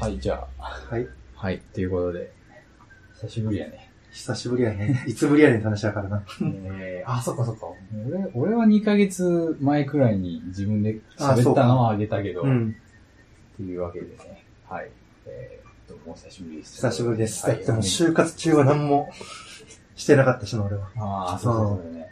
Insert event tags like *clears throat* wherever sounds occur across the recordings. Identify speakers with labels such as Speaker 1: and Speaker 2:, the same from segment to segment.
Speaker 1: はい、じゃあ。
Speaker 2: はい。
Speaker 1: はい、ということで。久しぶりやね。
Speaker 2: 久しぶりやね。 *laughs* いつぶりやねんって話やからな。
Speaker 1: え *laughs* ー、あ、そっかそっか。俺、俺は2ヶ月前くらいに自分で
Speaker 2: あそ
Speaker 1: 喋っ
Speaker 2: う
Speaker 1: た
Speaker 2: か
Speaker 1: のはあげたけど、
Speaker 2: うん。
Speaker 1: っていうわけですね。はい。えー、っと、もう久しぶりです。
Speaker 2: 久しぶりです。
Speaker 1: は
Speaker 2: だ
Speaker 1: い
Speaker 2: ってもう就活中は何もしてなかったしな、俺は。
Speaker 1: ああ、そうそうそうだね。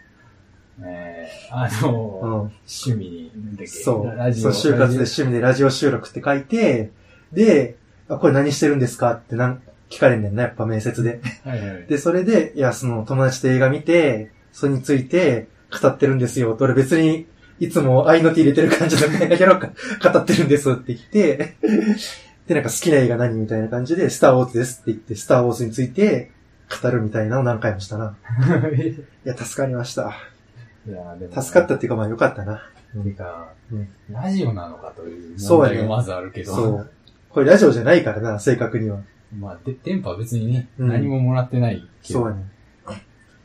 Speaker 1: えー、あの、
Speaker 2: うん。
Speaker 1: 趣味に、なんだっけ
Speaker 2: そう。そう、
Speaker 1: ラジオ。
Speaker 2: 就活で
Speaker 1: ラジオ
Speaker 2: 趣味でラジオ収録って書いて、で、あこれ何してるんですかってなん聞かれんねんな、やっぱ面接で。
Speaker 1: はいはい。
Speaker 2: で、それで、いや、その友達と映画見て、それについて語ってるんですよ。と俺別に、いつも愛の手入れてる感じで、やろうか、 *laughs* 語ってるんですって言って、 *laughs* で、なんか好きな映画何みたいな感じで、スターウォーズですって言って、スターウォーズについて語るみたいなのを何回もしたな。いや、助かりました。
Speaker 1: *laughs* いやーでもね
Speaker 2: 助かったっていうか、まあよかったな。
Speaker 1: てか、
Speaker 2: うん
Speaker 1: ラジオなのかという
Speaker 2: そう
Speaker 1: 問
Speaker 2: やね
Speaker 1: 題がまずあるけど、
Speaker 2: そう。これラジオじゃないからな、正確には。
Speaker 1: まあで、電波は別にね、
Speaker 2: うん
Speaker 1: 何ももらってないけど、
Speaker 2: そうやね。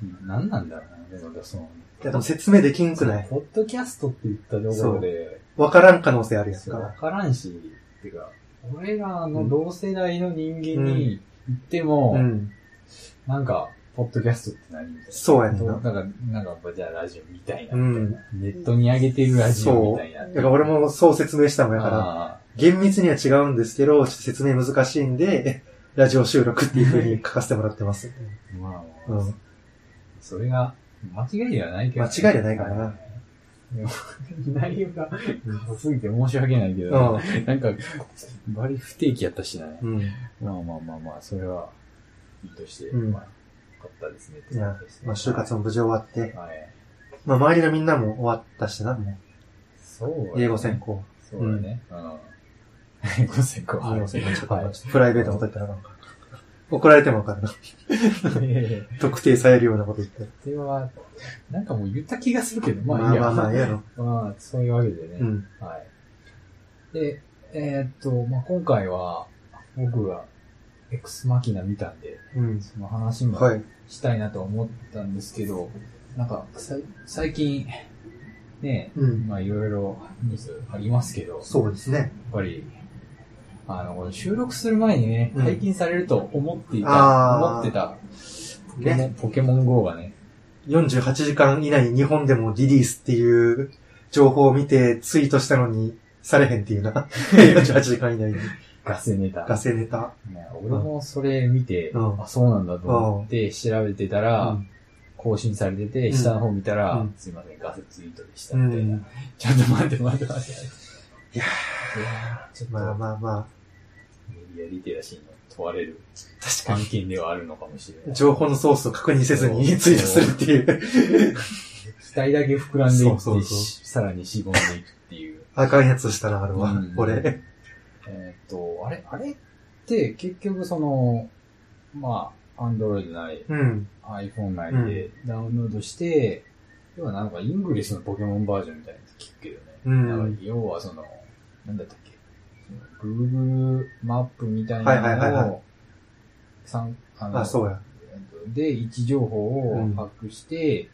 Speaker 1: うん何なんだろうな、でもその、
Speaker 2: いや、でも説明できんくない
Speaker 1: ポッドキャストって言ったところで、
Speaker 2: わからん可能性あるやん
Speaker 1: わ
Speaker 2: か。
Speaker 1: からんし、てか、俺らの同世代の人間に言っても、
Speaker 2: うん。
Speaker 1: なんか、ポッドキャストって何みたいな。
Speaker 2: そうやねん
Speaker 1: なん
Speaker 2: な。
Speaker 1: か、なんか、じゃあラジオみたいな。
Speaker 2: うん。
Speaker 1: ネットに上げてるラジオみたいな。
Speaker 2: だから俺もそう説明したもんやから、
Speaker 1: あ
Speaker 2: 厳密には違うんですけど、ちょっと説明難しいんで、 *laughs* ラジオ収録っていう風に書かせてもらってます。
Speaker 1: ーまあまあ、
Speaker 2: うん。
Speaker 1: それが、間違いではないけど、
Speaker 2: 間違いではないからな
Speaker 1: でも。 *laughs* 内容が、濃すぎて申し訳ないけ
Speaker 2: う
Speaker 1: ど、
Speaker 2: ん。
Speaker 1: なんか、バリ不定期やったしね。
Speaker 2: うん。い
Speaker 1: まあまあまあまあ、それは、いいとして、
Speaker 2: うん
Speaker 1: まあ、よかったですね。
Speaker 2: や、まあ就活
Speaker 1: も。
Speaker 2: も無事終わって、
Speaker 1: はい。
Speaker 2: まあ周りのみんなも終わったしな、も
Speaker 1: そうだ
Speaker 2: う。
Speaker 1: ね
Speaker 2: 英語専。攻。
Speaker 1: そうだね。うん。英語専攻。
Speaker 2: 英語専攻、ちょっと
Speaker 1: は
Speaker 2: ま
Speaker 1: い
Speaker 2: あちょっとプライベートのこと言ったらなんか。怒られてもわかるな。
Speaker 1: *laughs* ええ
Speaker 2: 特定されるようなこと言って。
Speaker 1: では、なんかもう言った気がするけど、
Speaker 2: ま
Speaker 1: まあい
Speaker 2: あ
Speaker 1: いや。
Speaker 2: まあまあ、ええやろ。
Speaker 1: *laughs* まあ、そういうわけでね。
Speaker 2: うん。
Speaker 1: はい。で、えーっと、まあ、今回は、僕が X マキナ見たんで、
Speaker 2: うん。
Speaker 1: その話も
Speaker 2: はい。
Speaker 1: したいなと思ったんですけど、なんか、さい最近、ね、
Speaker 2: うん。
Speaker 1: まあ、いろいろニュースありますけど、やっ
Speaker 2: そうですね。
Speaker 1: ぱり、あの、この収録する前にね、
Speaker 2: うん
Speaker 1: 解禁されると思っていた、
Speaker 2: あー
Speaker 1: 思ってた、ポケモン、
Speaker 2: ね。
Speaker 1: ポケモン GO がね、
Speaker 2: 48時間以内に日本でもリリースっていう情報を見てツイートしたのにされへんっていうな。48時間以内に。
Speaker 1: ガセネタ。
Speaker 2: ガセネタ。
Speaker 1: ね俺もそれ見て、
Speaker 2: うん
Speaker 1: あ、そうなんだと思って調べてたら、
Speaker 2: うん
Speaker 1: 更新されてて、
Speaker 2: うん
Speaker 1: 下の方見たら、
Speaker 2: うん
Speaker 1: すいません、ガセツイートでした、
Speaker 2: う
Speaker 1: みたいな。
Speaker 2: ん。
Speaker 1: ちょっと待って待って待って。
Speaker 2: いや
Speaker 1: いやーちょっと、
Speaker 2: まあまあま
Speaker 1: メディアリテラシーの問われ
Speaker 2: *laughs*
Speaker 1: る
Speaker 2: あ、確か
Speaker 1: 案件ではあるのかもしれな
Speaker 2: に。
Speaker 1: い。
Speaker 2: 情報のソースを確認せずにツイートするっていう。
Speaker 1: 期待だけ膨らんでいって、
Speaker 2: そうそうそう
Speaker 1: しさらにしぼんでいくって
Speaker 2: *laughs*
Speaker 1: いう。
Speaker 2: あかんやつをしたな、あれは
Speaker 1: うん。
Speaker 2: 俺。
Speaker 1: えーっと、あれ、あれって結局その、まあ、アンドロイドなり、
Speaker 2: うん。
Speaker 1: iPhone なりでダウンロードして、要はなんかイングリッシュのポケモンバージョンみたいなの聞くけどね。
Speaker 2: うん
Speaker 1: なんか要はその、なんだったっけ、その Google マップみたい
Speaker 2: はい
Speaker 1: な
Speaker 2: はいはい
Speaker 1: の
Speaker 2: は
Speaker 1: を、さんあの
Speaker 2: あ、そうや。
Speaker 1: で、位置情報
Speaker 2: う
Speaker 1: を
Speaker 2: ん
Speaker 1: 把握して、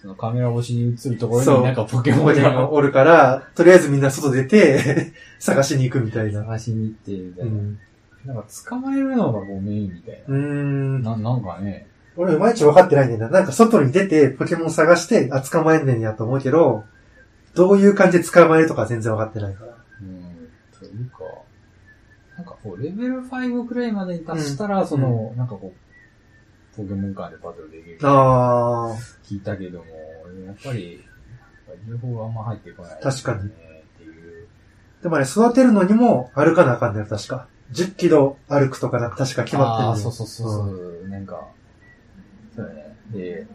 Speaker 1: そのカメラ越しに映るところ
Speaker 2: そ
Speaker 1: に
Speaker 2: う
Speaker 1: なんかポケ
Speaker 2: こ
Speaker 1: モ
Speaker 2: こ
Speaker 1: ン
Speaker 2: に
Speaker 1: が
Speaker 2: おるから、とりあえずみんな外出て、探しに行くみたいな。
Speaker 1: 探しに行って、みた
Speaker 2: う
Speaker 1: いな。
Speaker 2: ん。
Speaker 1: なんか捕まえるのがこうメインみたいう
Speaker 2: ーん。
Speaker 1: な。な、なんかね、
Speaker 2: 俺、いまいち分かってないんだよな。なんか外に出て、ポケモン探して、あ、捕まえんねんやと思うけど、どういう感じで捕まえるとか全然分かってないから。
Speaker 1: うんというか、なんかこう、レベル5くらいまでに達したら、その、なんかこう、ポケモンカーでバトルできる。
Speaker 2: あ
Speaker 1: 聞いたけども、やっぱり、なんか情報があんま入ってこない、
Speaker 2: 確かに
Speaker 1: ねっていう。
Speaker 2: ー。でもあれ、育てるのにも歩かなあかんだよ、確か。10キロ歩くとかなんか確か決まってる
Speaker 1: あ
Speaker 2: の
Speaker 1: ーそ
Speaker 2: よ。
Speaker 1: うそうそうそう、なんか、そうだね。で、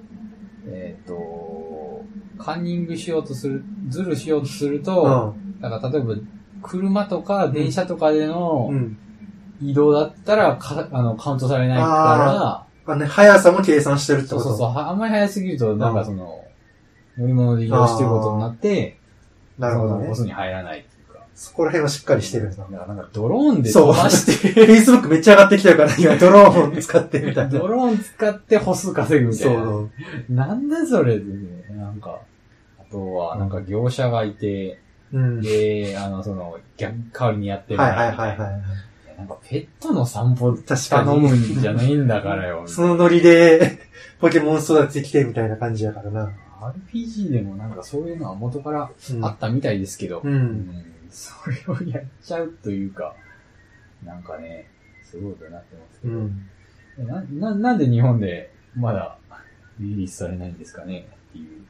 Speaker 1: えーっ、と、カンニングしようとする、ズルしようとすると、
Speaker 2: う
Speaker 1: なんか例えば、車とか電車とかでの
Speaker 2: ん。うん。
Speaker 1: 移動だったらか、あの、カウントされないから、
Speaker 2: あのね、速さも計算してるって
Speaker 1: そう
Speaker 2: こと
Speaker 1: そうそう。あんまり早すぎると、なんかその、乗り物で移動してることになって、
Speaker 2: なるほど
Speaker 1: その
Speaker 2: ね
Speaker 1: ボ。スに入らないっていうか。
Speaker 2: そこら辺はしっかりしてる
Speaker 1: だ
Speaker 2: な
Speaker 1: か。らなんかドローンで
Speaker 2: そ
Speaker 1: 飛
Speaker 2: う。
Speaker 1: ばし
Speaker 2: Facebook めっちゃ上がってきたから、今ドローン使ってみた
Speaker 1: て、*laughs*
Speaker 2: いな。
Speaker 1: ドローン使って歩数稼ぐみたい
Speaker 2: そ
Speaker 1: な。
Speaker 2: う。
Speaker 1: なんだそれでね、なんか。あとは、なんか業者がいて、
Speaker 2: うん。はい
Speaker 1: で、あの、その、逆代わりにやってる
Speaker 2: はいはいはい。
Speaker 1: なんかペットの散歩
Speaker 2: 確か
Speaker 1: 頼む
Speaker 2: に。
Speaker 1: んじゃないんだからよ。
Speaker 2: *laughs* そのノリで、 *laughs* ポケモン育ててきてみたいな感じやからな。
Speaker 1: RPG でもなんかそういうのは元から
Speaker 2: うん
Speaker 1: あったみたいですけど、
Speaker 2: う。
Speaker 1: うんんそれをやっちゃうというか、なんかね、すごいことになってますけ
Speaker 2: う
Speaker 1: ど、
Speaker 2: ん。
Speaker 1: なななんで日本でまだリリースされないんですかねっていう。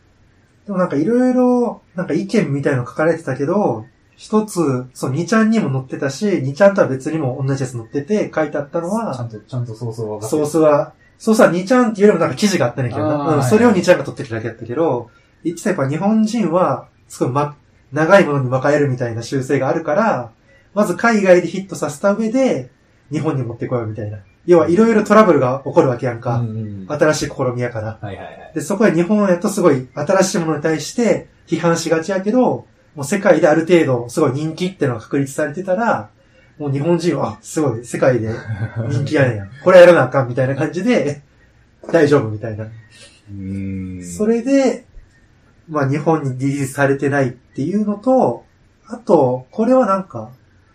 Speaker 2: でもなんかいろいろ、なんか意見みたいの書かれてたけど、一つ、そう、2ちゃんにも載ってたし、2ちゃんとは別にも同じやつ載ってて、書いてあったの
Speaker 1: ちゃ
Speaker 2: は
Speaker 1: ん、と、ちゃんとそうそう分かって
Speaker 2: ソ
Speaker 1: る
Speaker 2: ースは、ソースは2ちゃんっていうよりもなんか記事があったんやけど
Speaker 1: あ
Speaker 2: な。
Speaker 1: ー
Speaker 2: うん、
Speaker 1: はい
Speaker 2: それを2ちゃんが取ってきただけだったけど、一切やっぱ日本人は、すごいま、長いものに巻かれるみたいな習性があるから、まず海外でヒットさせた上で、日本に持ってこようみたいな。要はいろいろトラブルが起こるわけやん
Speaker 1: う
Speaker 2: か。
Speaker 1: んうんうんはい
Speaker 2: 新しい試みやから。
Speaker 1: はいはい。
Speaker 2: で、そこで日本やとすごい新しいものに対して批判しがちやけど、もう世界である程度すごい人気ってのが確立されてたら、もう日本人は、あ、すごい、世界で *laughs* 人気やねんや。これやらなあかんみたいな感じで、大丈夫みたいな。
Speaker 1: うん
Speaker 2: それで、まあ日本にリリースされてないっていうのと、あと、これはなんか、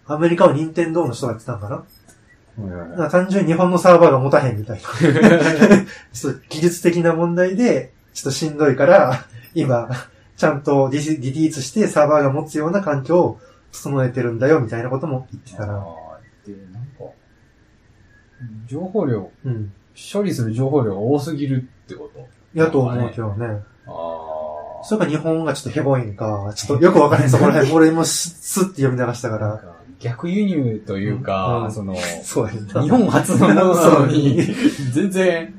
Speaker 2: アメリカの任天堂の人が言ってたんかな
Speaker 1: はいはいはい
Speaker 2: なんか単純に日本のサーバーが持たへんみたいな。 *laughs* ちょっと技術的な問題で、ちょっとしんどいから、今、ちゃんとリリリースしてサーバーが持つような環境を整えてるんだよ、みたいなことも言ってたな。
Speaker 1: あーで、なんか、情報量、
Speaker 2: うん。
Speaker 1: 処理する情報量が多すぎるってこと
Speaker 2: やと思うけどね。
Speaker 1: あ
Speaker 2: それか日本がちょっとヘボいんか、ちょっとよくわからへん、そこら *laughs* 辺。俺もススッて読み流したか
Speaker 1: あ。なん
Speaker 2: ら。
Speaker 1: か逆輸入というか、
Speaker 2: うん
Speaker 1: その、
Speaker 2: そうやな
Speaker 1: 日本初のものなのに、 *laughs* 全然、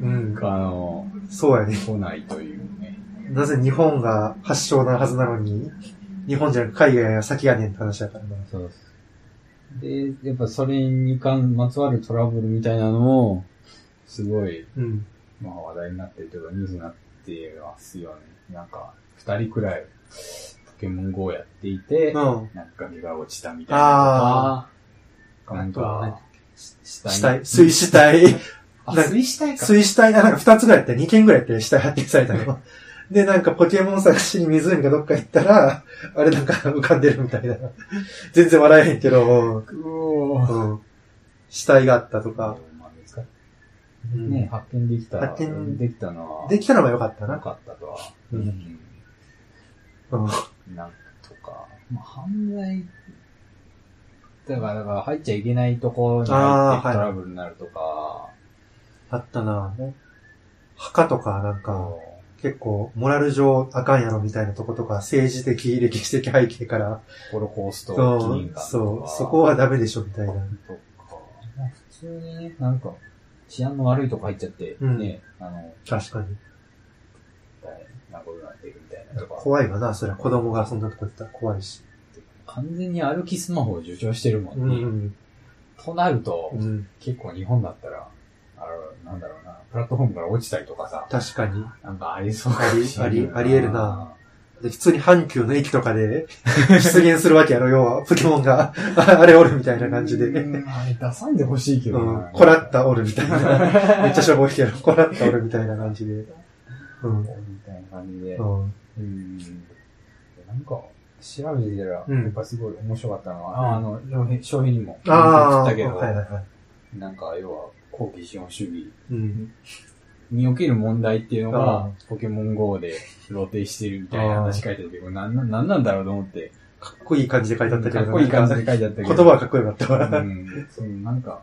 Speaker 2: うん。
Speaker 1: あの、
Speaker 2: そうやね。
Speaker 1: 来ないというね。
Speaker 2: なぜ日本が発祥なはずなのに、日本じゃなく海外が先やねんって話やからな。
Speaker 1: そうです。で、やっぱそれに関まつわるトラブルみたいなのも、すごい、
Speaker 2: うん。
Speaker 1: まあ話題になってるというかニュースになってますよね。なんか、二人くらい、ポケモン GO やっていて、
Speaker 2: うん。
Speaker 1: なんか毛が落ちたみたいなとか、なん
Speaker 2: あと
Speaker 1: か
Speaker 2: は、
Speaker 1: し
Speaker 2: 死
Speaker 1: 下
Speaker 2: 体、
Speaker 1: に
Speaker 2: 水死体、
Speaker 1: あ、
Speaker 2: なんか
Speaker 1: 水死体か。
Speaker 2: 水死体がなんか二つぐらいやったよ。二件ぐらいやったよ、死体発見されたの。で、なんかポケモン探しに湖かどっか行ったら、あれなんか浮かんでるみたいな。全然笑えへんけど、
Speaker 1: うおー
Speaker 2: うん。死体があったとか。
Speaker 1: まあ見つかっ
Speaker 2: うん
Speaker 1: ね、発見できた、
Speaker 2: 発見
Speaker 1: できたのは、
Speaker 2: できたのが良かった
Speaker 1: な
Speaker 2: な。
Speaker 1: かったとは。
Speaker 2: うんうん
Speaker 1: なんとか、まあ、犯罪、だから、だから入っちゃいけないところに入って
Speaker 2: あーはい
Speaker 1: トラブルになるとか、
Speaker 2: あったな。墓とか、なんか、
Speaker 1: こう
Speaker 2: 結構、モラル上あかんやろみたいなとことか、政治的、歴史的背景から、
Speaker 1: ホロコースト記
Speaker 2: そ
Speaker 1: 念
Speaker 2: う、
Speaker 1: 館と
Speaker 2: そ
Speaker 1: か、
Speaker 2: う、そこはダメでしょみたいな。
Speaker 1: とか、まあ、普通にね、なんか、治安の悪いとこ入っちゃって、
Speaker 2: うん
Speaker 1: ね、あの、
Speaker 2: 確かに。
Speaker 1: 大変なことになってるみたいなとか、
Speaker 2: 怖いわな、それは子供がそんなとこ行ったら怖いし。
Speaker 1: 完全に歩きスマホを助長してるも
Speaker 2: うん
Speaker 1: ね。
Speaker 2: ん。
Speaker 1: となると、
Speaker 2: うん。
Speaker 1: 結構日本だったら、あの、なんだろうな、プラットフォームから落ちたりとかさ、
Speaker 2: 確かに。
Speaker 1: なんかありそう
Speaker 2: ありありありえるな。で普通に阪急の駅とかで *laughs* 出現するわけやろ、要は。ポケモンが、 *laughs* ああれおるみたいな感じで。
Speaker 1: う
Speaker 2: うん。
Speaker 1: ーんあれ出さんでほしいけどな。
Speaker 2: こ
Speaker 1: *laughs*
Speaker 2: らったおるみたいな。 *laughs* めっちゃ消防引きやろ。こらったおるみたいな感じで。うん。
Speaker 1: みたいな感じで。
Speaker 2: う。
Speaker 1: うんーん。なんか、調べてたら、
Speaker 2: うん
Speaker 1: やっぱすごい面白かったのは、あの、商品商品にも
Speaker 2: ああ。
Speaker 1: 送ったけど、
Speaker 2: はいはいはい。
Speaker 1: なんか要は、後期資本主義
Speaker 2: うん。
Speaker 1: における問題っていうのが
Speaker 2: あ、
Speaker 1: ポケモン GO で露呈してるみたいな話書いてあるけど、なんななんなんだろうと思って、
Speaker 2: かっこいい感じで書いてあったけど。
Speaker 1: かっこいい感じで書いてあったけ
Speaker 2: 言
Speaker 1: ど、
Speaker 2: 葉はかっこよかった
Speaker 1: う
Speaker 2: わ。
Speaker 1: ん、そのなんか、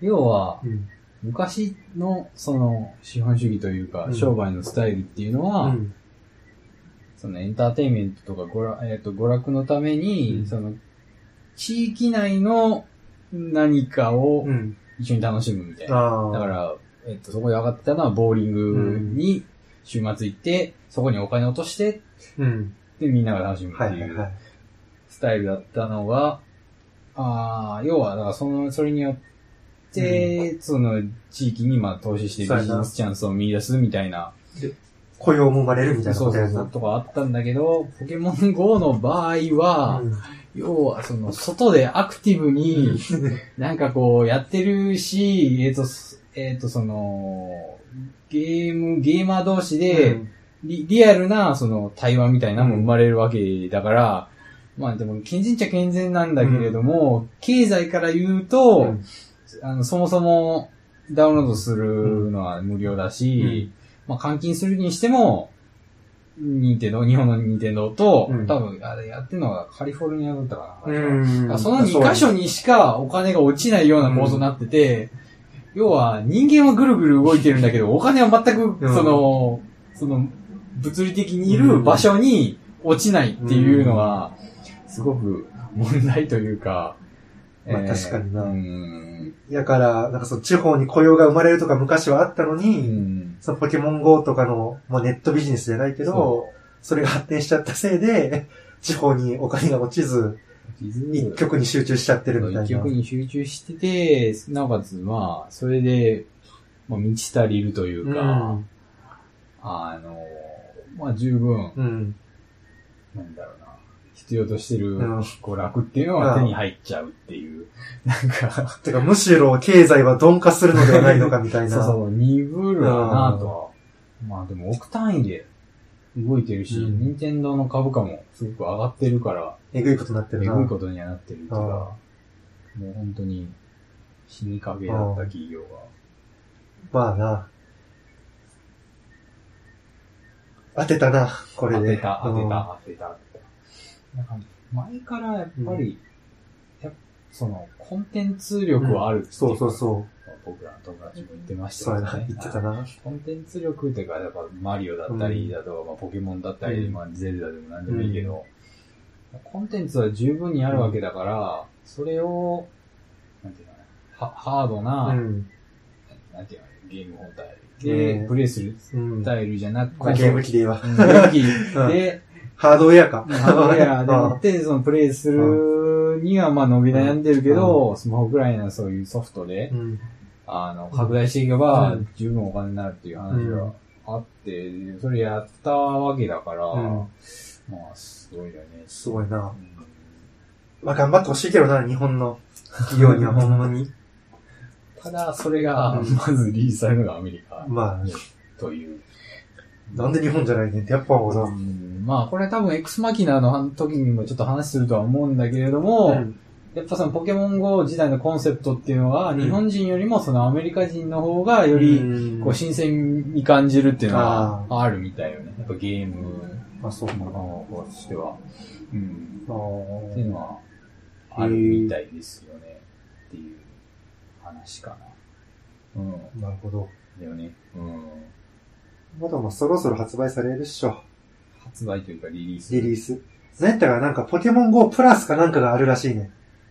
Speaker 1: 要は、
Speaker 2: うん。
Speaker 1: 昔のその資本主義というか
Speaker 2: う、ん
Speaker 1: 商売のスタイルっていうの
Speaker 2: う
Speaker 1: は、
Speaker 2: ん。
Speaker 1: そのエンターテインメントとか娯楽,、えー、と娯楽のために、
Speaker 2: うん
Speaker 1: その地域内の何かを
Speaker 2: うん。
Speaker 1: 一緒に楽しむみたいな。だ
Speaker 2: あ
Speaker 1: か
Speaker 2: あ。
Speaker 1: ら、えっと、そこで上がってたのはボーリングに週末行って、そこにお金落として、
Speaker 2: うん。
Speaker 1: で、みんなが楽しむって
Speaker 2: はいいはいうはい。
Speaker 1: スタイルだったのが、ああ、要は、だから、その、それによって、その、地域に、まあ、投資してビ
Speaker 2: そうやな
Speaker 1: ジネスチャンスを見出すみたいな、
Speaker 2: 雇用も生まれるみたいな
Speaker 1: そ
Speaker 2: こ
Speaker 1: う
Speaker 2: と
Speaker 1: そ
Speaker 2: や
Speaker 1: うそう、
Speaker 2: な。
Speaker 1: とかあったんだけど、ポケモン GO の場合は、
Speaker 2: うん
Speaker 1: 要は、その、外でアクティブに、なんかこう、やってるし、えっ、と、すえっ、と、その、ゲーム、ゲーマー同士で、
Speaker 2: うん
Speaker 1: リリアルな、その、対話みたいなのも生まれるわけだから、まあでも、健全っちゃ健全なんだけれども、経済から言うと、
Speaker 2: うん
Speaker 1: あの、そもそもダウンロードするのは無料だし、まあ換金するにしても、任天堂、日本の任天堂と、
Speaker 2: うん
Speaker 1: 多分、あれやってるのはカリフォルニアだったかな。
Speaker 2: うん。
Speaker 1: その2箇所にしかお金が落ちないような構造になってて、要は人間はぐるぐる動いてるんだけど、お金は全く、
Speaker 2: うん
Speaker 1: その、その、物理的にいる場所に落ちないっていうのは、すごく問題というか、
Speaker 2: まあ確かにな
Speaker 1: うん
Speaker 2: だから、なんかその地方に雇用が生まれるとか昔はあったの
Speaker 1: う
Speaker 2: に、
Speaker 1: ん
Speaker 2: そのポケモン GO とかの、まあ、ネットビジネスじゃないけど、
Speaker 1: そ
Speaker 2: それが発展しちゃったせいで、地方にお金が落ちず、一曲に集中しちゃってるみたいな。
Speaker 1: 一曲に集中してて、なおかつ、まあ、それで、まあ、満ち足りるというか、あの、まあ、十分、
Speaker 2: うん。うん。
Speaker 1: なんだろうな、必要としてる
Speaker 2: うん
Speaker 1: 娯楽っていうのは手に入っちゃうっていう、なんか、
Speaker 2: てか、むしろ経済は鈍化するのではないのかみたい
Speaker 1: *laughs*
Speaker 2: な。
Speaker 1: そうそう、鈍るわなとは。まあでも、億単位で動いてるし、
Speaker 2: うん
Speaker 1: 任天堂の株価もすごく上がってるから、
Speaker 2: えぐいことになって
Speaker 1: え
Speaker 2: るな。
Speaker 1: ぐいことにはなってるから、
Speaker 2: うん
Speaker 1: もう本当に死にかけだった企業が。
Speaker 2: まあな。当てたな、これ
Speaker 1: 当て
Speaker 2: で。
Speaker 1: た、当てた、当てた、当てた。なんか、前からやっぱり、やっぱその、コンテンツ力はあるってい
Speaker 2: うん。そうそう
Speaker 1: うか。
Speaker 2: そう。
Speaker 1: 僕らの友達も言ってました
Speaker 2: そう
Speaker 1: よ
Speaker 2: や
Speaker 1: ね
Speaker 2: な、。言ってたな。
Speaker 1: コンテンツ力っていうか、やっぱマリオだったりだとか、まあ、ポケモンだったり、
Speaker 2: うん
Speaker 1: まあ、ゼルダでも何でもいいけど、コンテンツは十分にあるわけだから、それを、なんていうかな、はハードな、
Speaker 2: うん。
Speaker 1: なんていうかな、ゲーム本体で、
Speaker 2: うん
Speaker 1: プレイするス
Speaker 2: うん。
Speaker 1: タイルじゃなく
Speaker 2: まあゲーム機で言えば。
Speaker 1: うんゲーム機
Speaker 2: うん
Speaker 1: で、
Speaker 2: ハードウェアか。
Speaker 1: ハードウェアでもって、そのプレイするにはまあ伸び悩んでるけど、スマホぐらいのそういうソフトで
Speaker 2: う、ん。
Speaker 1: あの、拡大していけば
Speaker 2: うん
Speaker 1: 十分お金になるっていう話があって、それやったわけだから、
Speaker 2: うん
Speaker 1: まあ、すごいよね。
Speaker 2: すごいな
Speaker 1: う。ん
Speaker 2: まあ、頑張ってほしいけどな、日本の企業にはほんまに。
Speaker 1: ただ、それが、
Speaker 2: うん
Speaker 1: まずリリースされるのがアメリカ
Speaker 2: まあ、
Speaker 1: という。
Speaker 2: なんで日本じゃないねんって、やっぱほ
Speaker 1: う
Speaker 2: ら。
Speaker 1: んまあ、これ多分 X マキナの時にもちょっと話するとは思うんだけれども、
Speaker 2: うん
Speaker 1: やっぱそのポケモン GO 時代のコンセプトっていうのは、
Speaker 2: うん
Speaker 1: 日本人よりもそのアメリカ人の方がより、
Speaker 2: うん
Speaker 1: こう新鮮に感じるっていうのはあるみたいよね。やっぱゲーム
Speaker 2: まあ、そうかな。
Speaker 1: の方としては。うん。
Speaker 2: あ
Speaker 1: っていう
Speaker 2: ー
Speaker 1: のはあるみたいですよね。っていう話かな。うん。
Speaker 2: なるほど。
Speaker 1: だよね。うん。
Speaker 2: まだまあそろそろ発売されるっしょ。
Speaker 1: 発売というかリリース。
Speaker 2: リリース。なんやったらなんかポケモン GO プラスかなんかがあるらしいね。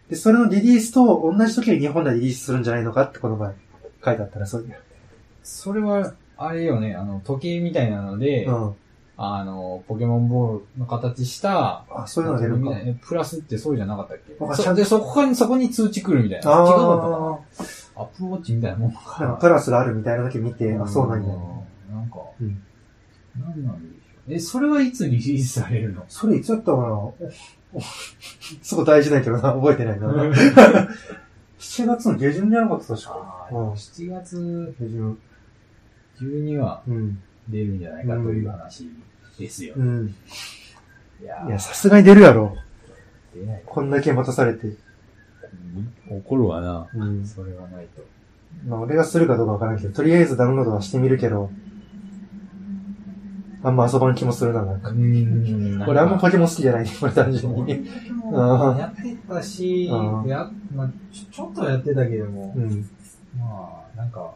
Speaker 2: で、それのリリースと同じ時に日本でリリースするんじゃないのかってこの前書いてあったらそういう。
Speaker 1: それは、あれよね、あの、時計みたいなので、
Speaker 2: うん。
Speaker 1: あの、ポケモンボールの形した、
Speaker 2: あ、そういうのが出るのか。
Speaker 1: えプラスってそうじゃなかったっけ
Speaker 2: なんかちゃ
Speaker 1: そ
Speaker 2: ん
Speaker 1: で、そこに、そこに通知来るみたいな。違うのかな
Speaker 2: あ
Speaker 1: アップルウォッチみたいなもんか
Speaker 2: あ。なん
Speaker 1: な。
Speaker 2: かプラスがあるみたいな時見て、あ、そうなんや。
Speaker 1: や。なんか、
Speaker 2: うん
Speaker 1: なんなんでしょう。え、それはいつリリースされるの
Speaker 2: それいつやったかな *laughs* おおそこ大事ないけどな、覚えてないな。7月の下旬じゃなかった確か。
Speaker 1: あー
Speaker 2: うん
Speaker 1: 7月
Speaker 2: 下旬。
Speaker 1: 中には
Speaker 2: うん。
Speaker 1: 出るんじゃないかという話ですよ。
Speaker 2: うん。
Speaker 1: いや
Speaker 2: いや、さすがに出るやろ。
Speaker 1: ー、出ない。
Speaker 2: こんだけ待たされて。
Speaker 1: 怒るわな。
Speaker 2: うん。
Speaker 1: それはないと。
Speaker 2: まあ、俺がするかどうかわからんけど、とりあえずダウンロードはしてみるけど、あんま遊ばん気もするな、なんか。
Speaker 1: ん
Speaker 2: 俺あんまポケモン好きじゃない *laughs* ね、これ単純に。うん
Speaker 1: やってたし、
Speaker 2: うん
Speaker 1: やまあ、ちょちょっとはやってたけども、
Speaker 2: うん。
Speaker 1: まあ、なんか、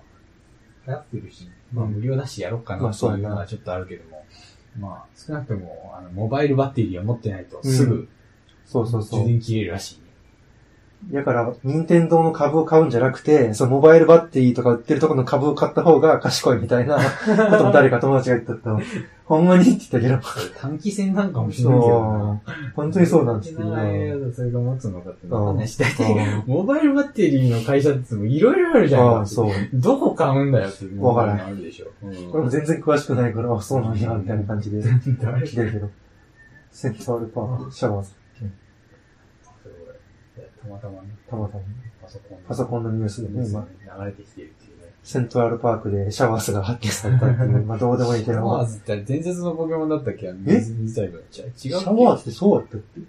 Speaker 1: 流行ってるし、まあ
Speaker 2: うん
Speaker 1: 無料だしやろうか
Speaker 2: ま
Speaker 1: な
Speaker 2: あ
Speaker 1: って
Speaker 2: そう
Speaker 1: いう
Speaker 2: やな
Speaker 1: のはちょっとあるけども、まあ、少なくとも、あの、モバイルバッテリーを持ってないと、すぐ、
Speaker 2: そうそうそ
Speaker 1: 充
Speaker 2: う。
Speaker 1: 電切れるらしいね。
Speaker 2: だから、任天堂の株を買うんじゃなくて、そのモバイルバッテリーとか売ってるところの株を買った方が賢いみた
Speaker 1: *laughs*
Speaker 2: いなことも誰か友達が言っとったの。ほんまにって言ったけ
Speaker 1: 短期戦なんかもしれ
Speaker 2: ど。
Speaker 1: ないけど
Speaker 2: そ
Speaker 1: な。
Speaker 2: う。本当にそうなんですよ。
Speaker 1: よ。それが持つのかってわかんないし、大
Speaker 2: う
Speaker 1: 体、
Speaker 2: ん
Speaker 1: モバイルバッテリーの会社っていろいろあるじゃ
Speaker 2: あ
Speaker 1: な
Speaker 2: あ、
Speaker 1: い
Speaker 2: そう。
Speaker 1: どこ買うんだよっていう
Speaker 2: わからん
Speaker 1: あるでしょ。うん
Speaker 2: 俺も全然詳しくないから、あ、そうなんや、みたいな感
Speaker 1: *laughs*
Speaker 2: じで。
Speaker 1: 誰
Speaker 2: 聞いてるけど。センタールパーク、シャワーズ、
Speaker 1: すごいいやたまたまね、
Speaker 2: たまたま。
Speaker 1: パソコンの。
Speaker 2: パソコンのニュースでね、今、
Speaker 1: 流れてきてるっていうね。
Speaker 2: セントラルパークでシャワースが発見されたって
Speaker 1: *laughs*
Speaker 2: いう、まあどうでもいいけ
Speaker 1: シャ
Speaker 2: ど。
Speaker 1: ワーズって伝説のポケモンだったっけあの水水タイプ。違うっけ
Speaker 2: シャワーズってそうやったっけ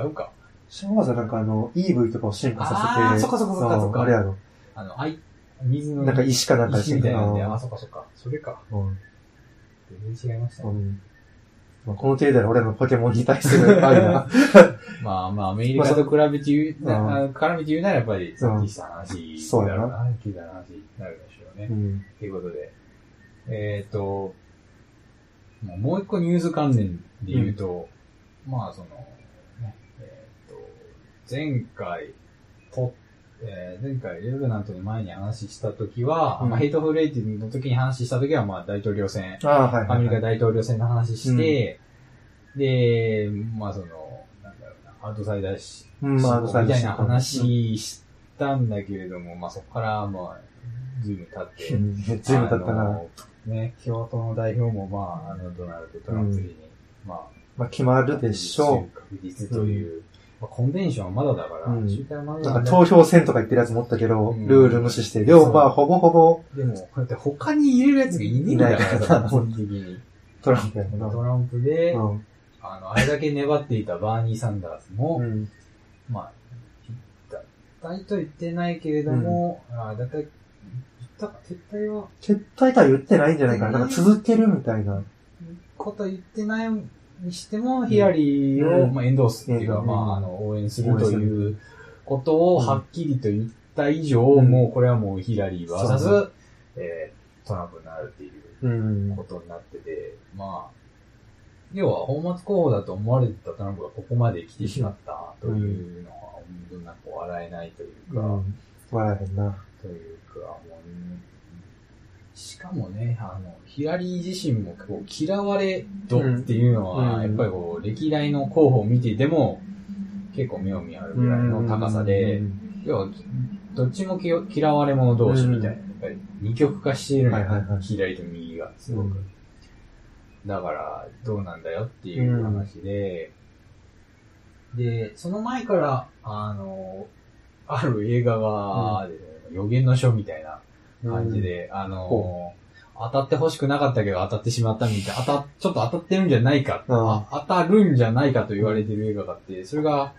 Speaker 1: あ違うか。
Speaker 2: シャワーズはなんかあの、EV とかを進化さ
Speaker 1: あー
Speaker 2: せて、
Speaker 1: そっかそっかそっかそっか
Speaker 2: うあれやろ。
Speaker 1: あの、あい、水の
Speaker 2: なんか石かなんか
Speaker 1: 石みたいなんで、
Speaker 2: うん
Speaker 1: あ、そっかそっか。それか。
Speaker 2: うん。
Speaker 1: 全然違いました
Speaker 2: う
Speaker 1: ね。
Speaker 2: んまあ、この程度で俺のポケモンに対す
Speaker 1: *laughs*
Speaker 2: る愛が、
Speaker 1: まあまあ、アメリカと比べて言う、
Speaker 2: まあそ
Speaker 1: なあ絡めて言うならやっぱり、さっきした話、
Speaker 2: そうやな
Speaker 1: な。聞いた話になるでしょうね
Speaker 2: う。ん。
Speaker 1: ということで。えっ、と、もうもう一個ニュース関連で言うと、まあその、ね、えっ、と、前回、と、えー前回、レブナントの前に話したときは、
Speaker 2: うん
Speaker 1: まあヘイトフルエイティングの時に話したときは、まあ大統領選、
Speaker 2: ああ、はい、はい。
Speaker 1: アメリカ大統領選の話して、で、まあその、なんだろうな、アウトサイダーし
Speaker 2: うん、まあ、
Speaker 1: みたいな話したんだけれども、まあそこから、まあ、ずいぶん経って、
Speaker 2: うん。随分経った
Speaker 1: あ
Speaker 2: な。
Speaker 1: のね、共和党の代表も、まあ、あの、ドナルド・トランプに、まあ、
Speaker 2: まあ、決まるでしょ
Speaker 1: 確実という、まあ、コンベンションはまだだから、
Speaker 2: うん
Speaker 1: 集会はま
Speaker 2: う。
Speaker 1: だ
Speaker 2: なん
Speaker 1: だ
Speaker 2: か
Speaker 1: か
Speaker 2: 投票戦とか言ってるやつ持ったけど、
Speaker 1: うん
Speaker 2: ルール無視して、両方ほぼほぼ
Speaker 1: ら、でも、こうやって他に入れるやつがいねえんだ
Speaker 2: いない
Speaker 1: か
Speaker 2: から
Speaker 1: ら、
Speaker 2: な
Speaker 1: 基本的に。
Speaker 2: トランプやもんな。
Speaker 1: トランプで、
Speaker 2: うん
Speaker 1: あの、あれだけ粘っていたバーニー・サンダースも、
Speaker 2: うん。
Speaker 1: まあ、撤退と言ってないけれども、あだいたい、言ったか撤退は、
Speaker 2: 撤退とは言ってないんじゃないかな。なんか続けるみたいな。
Speaker 1: こと言ってないにしても、ヒラリーを、
Speaker 2: うん
Speaker 1: まあ、エンドースっていうか、
Speaker 2: うん
Speaker 1: まあ、あの、応援すると
Speaker 2: 応援す
Speaker 1: いうことを
Speaker 2: うん
Speaker 1: はっきりと言った以上、
Speaker 2: うん
Speaker 1: もうこれはもうヒラリーはさず
Speaker 2: そう、
Speaker 1: えートランプになるっていう
Speaker 2: うん。
Speaker 1: ことになってて、まあ、要は、本末候補だと思われてたトランプがここまで来てしまったというのは、どんなこう笑えないというか、
Speaker 2: うん。笑えへんな。
Speaker 1: というか、もう、うんしかもね、あの、ヒラリー自身もこう嫌われ度っていうの
Speaker 2: うん
Speaker 1: は、やっぱりこう、歴代の候補を見ていても、結構目を見張るぐらいの高さで
Speaker 2: う、ん
Speaker 1: 要は、どっちもき嫌われ者同士みたいな、やっぱり二極化しているの
Speaker 2: はいはいは
Speaker 1: よ、
Speaker 2: い
Speaker 1: 左と右が、すご
Speaker 2: う
Speaker 1: く
Speaker 2: ん。
Speaker 1: だから、どうなんだよっていう話で、で、その前から、あの、ある映画が、予言の書みたいな感じ。で、あの
Speaker 2: ほ
Speaker 1: ー、当たって欲しくなかったけど当たってしまったみたいな、当た、ちょっと当たってるんじゃないか、
Speaker 2: あ
Speaker 1: あ当たるんじゃないかと言われてる映画があって、それが、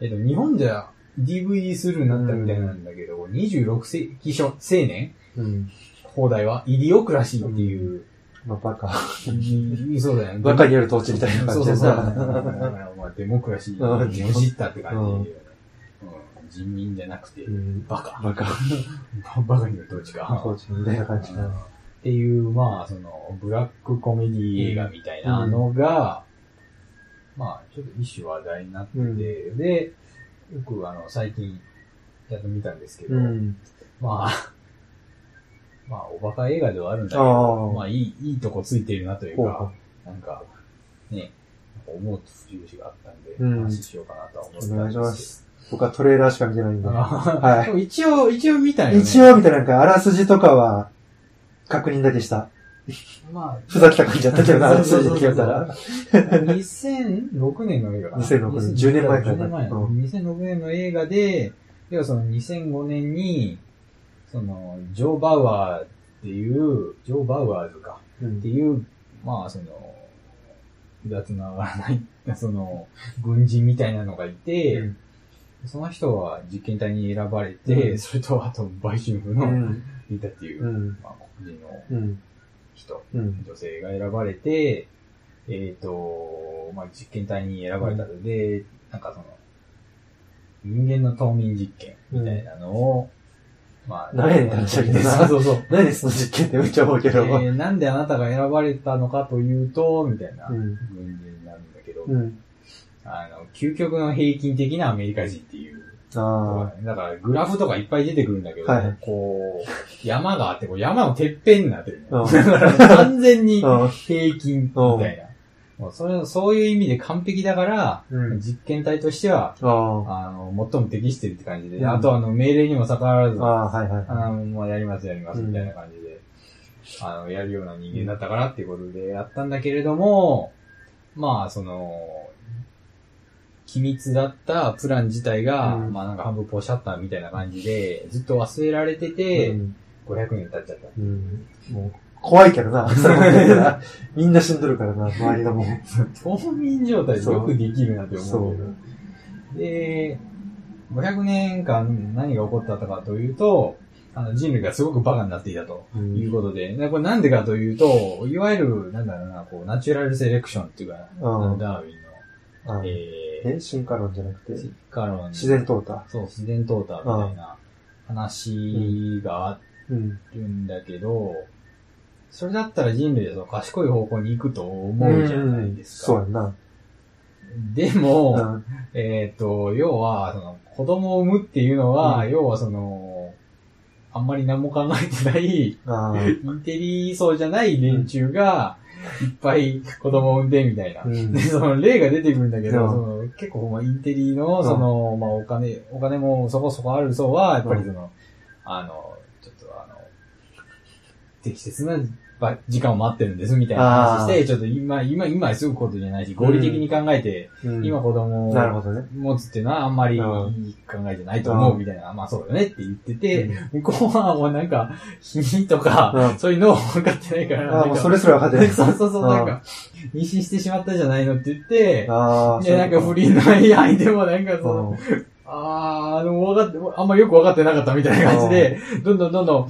Speaker 1: えっと、日本じゃ DVD するようになったみたいなんだけど、26世紀初青年
Speaker 2: うん。
Speaker 1: 放題は、イディオクラシーっていう、
Speaker 2: まあ、バカ。
Speaker 1: そうだよね。
Speaker 2: バカによる統治みたいな
Speaker 1: そ
Speaker 2: 感
Speaker 1: うそう
Speaker 2: じで
Speaker 1: そう。だ
Speaker 2: さ。
Speaker 1: からまあ、デモクラシーにもじったって感じで、うん人民じゃなくて
Speaker 2: う、ん。
Speaker 1: バカ。
Speaker 2: バカ。
Speaker 1: バカによる統治か。
Speaker 2: 統治みたいな感じな。
Speaker 1: っていう、まあ、その、ブラックコメディ映画みたいな
Speaker 2: うん
Speaker 1: のが、まあ、ちょっと一種話題になって、
Speaker 2: うん
Speaker 1: で、よくあの、最近、やっと見たんですけど、
Speaker 2: うん。
Speaker 1: まあ、 *laughs* まあ、おバカ映画ではあるんだけ
Speaker 2: あ
Speaker 1: ど、
Speaker 2: ー
Speaker 1: まあ、いい、いいとこついてるなという
Speaker 2: ほう
Speaker 1: か、
Speaker 2: か。
Speaker 1: なんか、ね、思う節々があったんで、
Speaker 2: うん
Speaker 1: 話しようかなとは思ったんですけ
Speaker 2: お
Speaker 1: ど。
Speaker 2: 願いします。僕はトレーラーしか見てないんで。
Speaker 1: あー
Speaker 2: は
Speaker 1: でも一応、一応見たよ
Speaker 2: い。
Speaker 1: ね。
Speaker 2: 一応、みたいな、なんか、あらすじとかは、確認だけした。
Speaker 1: まあ、
Speaker 2: ふざけた感じだったけどな、あらすじで聞いたら。
Speaker 1: 2006年の映画かな。
Speaker 2: 2006年10年前か
Speaker 1: 10年前
Speaker 2: う
Speaker 1: 2006年の映画で、要はその2005年に、その、ジョー・バウアーっていう、ジョー・バウアーズか。
Speaker 2: う
Speaker 1: って
Speaker 2: ん。
Speaker 1: いう、まあ、その、雑な上がらない、その、軍人みたいなのがいて、
Speaker 2: うん
Speaker 1: その人は実験体に選ばれて、
Speaker 2: うん
Speaker 1: それとあと、売春婦
Speaker 2: う
Speaker 1: の、
Speaker 2: ん。
Speaker 1: いたっていう、
Speaker 2: うん。
Speaker 1: まあ、黒人の
Speaker 2: うん。
Speaker 1: 人。
Speaker 2: うん。
Speaker 1: 女性が選ばれて、えっ、と、まあ、実験体に選ばれたので、なんかその、人間の冬眠実験みたいなのを、まあ、
Speaker 2: 何やねんって話だけどな
Speaker 1: そう
Speaker 2: *laughs*
Speaker 1: そうそう。
Speaker 2: 何その実験ってめっちゃ思うけ
Speaker 1: え
Speaker 2: ど。うん。
Speaker 1: ーなんであなたが選ばれたのかというと、みたいな文人になるんだけど、
Speaker 2: うん。
Speaker 1: あの、究極の平均的なアメリカ人っていう。
Speaker 2: あ
Speaker 1: だから、グラフとかいっぱい出てくるんだけど、
Speaker 2: はい
Speaker 1: こう、山があって、こう山のてっぺんになってる
Speaker 2: う
Speaker 1: の、
Speaker 2: ん
Speaker 1: だから完全に、
Speaker 2: あ。
Speaker 1: 平均みたいな。もうそれそういう意味で完璧だから、
Speaker 2: うん。
Speaker 1: 実験体としては、
Speaker 2: あ
Speaker 1: あの、最も適してるって感じで、
Speaker 2: うん
Speaker 1: あとあの、命令にも逆らわず、
Speaker 2: あ。
Speaker 1: あ
Speaker 2: ああ、はいはい。
Speaker 1: の、もうやりますやりますみたいな感じで、あの、やるような人間だったからっていうことでやったんだけれども、まあ、その、機密だったプラン自体が、
Speaker 2: うん
Speaker 1: まあなんか半分ポシャったみたいな感じで、ずっと忘れられてて、
Speaker 2: うん
Speaker 1: 500年経っちゃった。
Speaker 2: うん。もう、怖いけ
Speaker 1: *laughs*
Speaker 2: どな。それも見たらみんな死んどるからな、周りがもう。
Speaker 1: 冬眠状態でよくできるなって思うけど。で、500年間何が起こったかというと、あの人類がすごくバカになっていたと
Speaker 2: う。
Speaker 1: いうんことで、なこれなんでかというと、いわゆる、なんだろうな、こう、ナチュラルセレクションっていうか、あの
Speaker 2: あ
Speaker 1: ダーウィン
Speaker 2: あ
Speaker 1: の、
Speaker 2: え
Speaker 1: え
Speaker 2: 進化論じゃな
Speaker 1: ー、
Speaker 2: くて、
Speaker 1: 進化論
Speaker 2: 自然淘汰。
Speaker 1: そう、自然淘汰みたいな話があ
Speaker 2: うん。
Speaker 1: るんだけど、それだったら人類はその賢い方向に行くと思
Speaker 2: う
Speaker 1: うんじゃないです
Speaker 2: そう
Speaker 1: か。
Speaker 2: やんな。
Speaker 1: で
Speaker 2: う
Speaker 1: も、
Speaker 2: ん。
Speaker 1: えっと、要は、その、子供を産むっていうのは、
Speaker 2: う
Speaker 1: 要はその、あんまり何も考えてない、
Speaker 2: あ
Speaker 1: インテリ層じゃない連中が、いっぱい子供を産んで、みたいな
Speaker 2: あ。う。ん
Speaker 1: で、。その例が出てくるんだけど、
Speaker 2: うん
Speaker 1: その結構まあインテリ
Speaker 2: う
Speaker 1: の、
Speaker 2: ん
Speaker 1: その、まあお金、お金もそこそこある層は、やっぱりその、あの、ちょっとあの、適切なば時間を待ってるんですみたいな話して、ちょっと今、今、今すぐことじゃないし、合理的に考えて、
Speaker 2: うん
Speaker 1: 今子供
Speaker 2: なる
Speaker 1: を
Speaker 2: ほどね。
Speaker 1: 持つっていうのはあんまりいい
Speaker 2: うん
Speaker 1: 考えじゃないと思うみたいな、まあそうよねって言ってて、向こうはもうなんか、日とか、
Speaker 2: うん
Speaker 1: そういうのを分かってないから、
Speaker 2: あ
Speaker 1: な
Speaker 2: あ、
Speaker 1: ん
Speaker 2: もう
Speaker 1: か
Speaker 2: それすら分かってない。
Speaker 1: *laughs* そうそうそう、
Speaker 2: あー
Speaker 1: なんか、妊娠してしまったじゃないのって言って、
Speaker 2: ああ、
Speaker 1: で、なんか不
Speaker 2: り
Speaker 1: 倫の相手もなんかその、
Speaker 2: うん。
Speaker 1: あー、あの、分かって、あんまよく分かってなかったみたいな感じで、どんどんどんどん、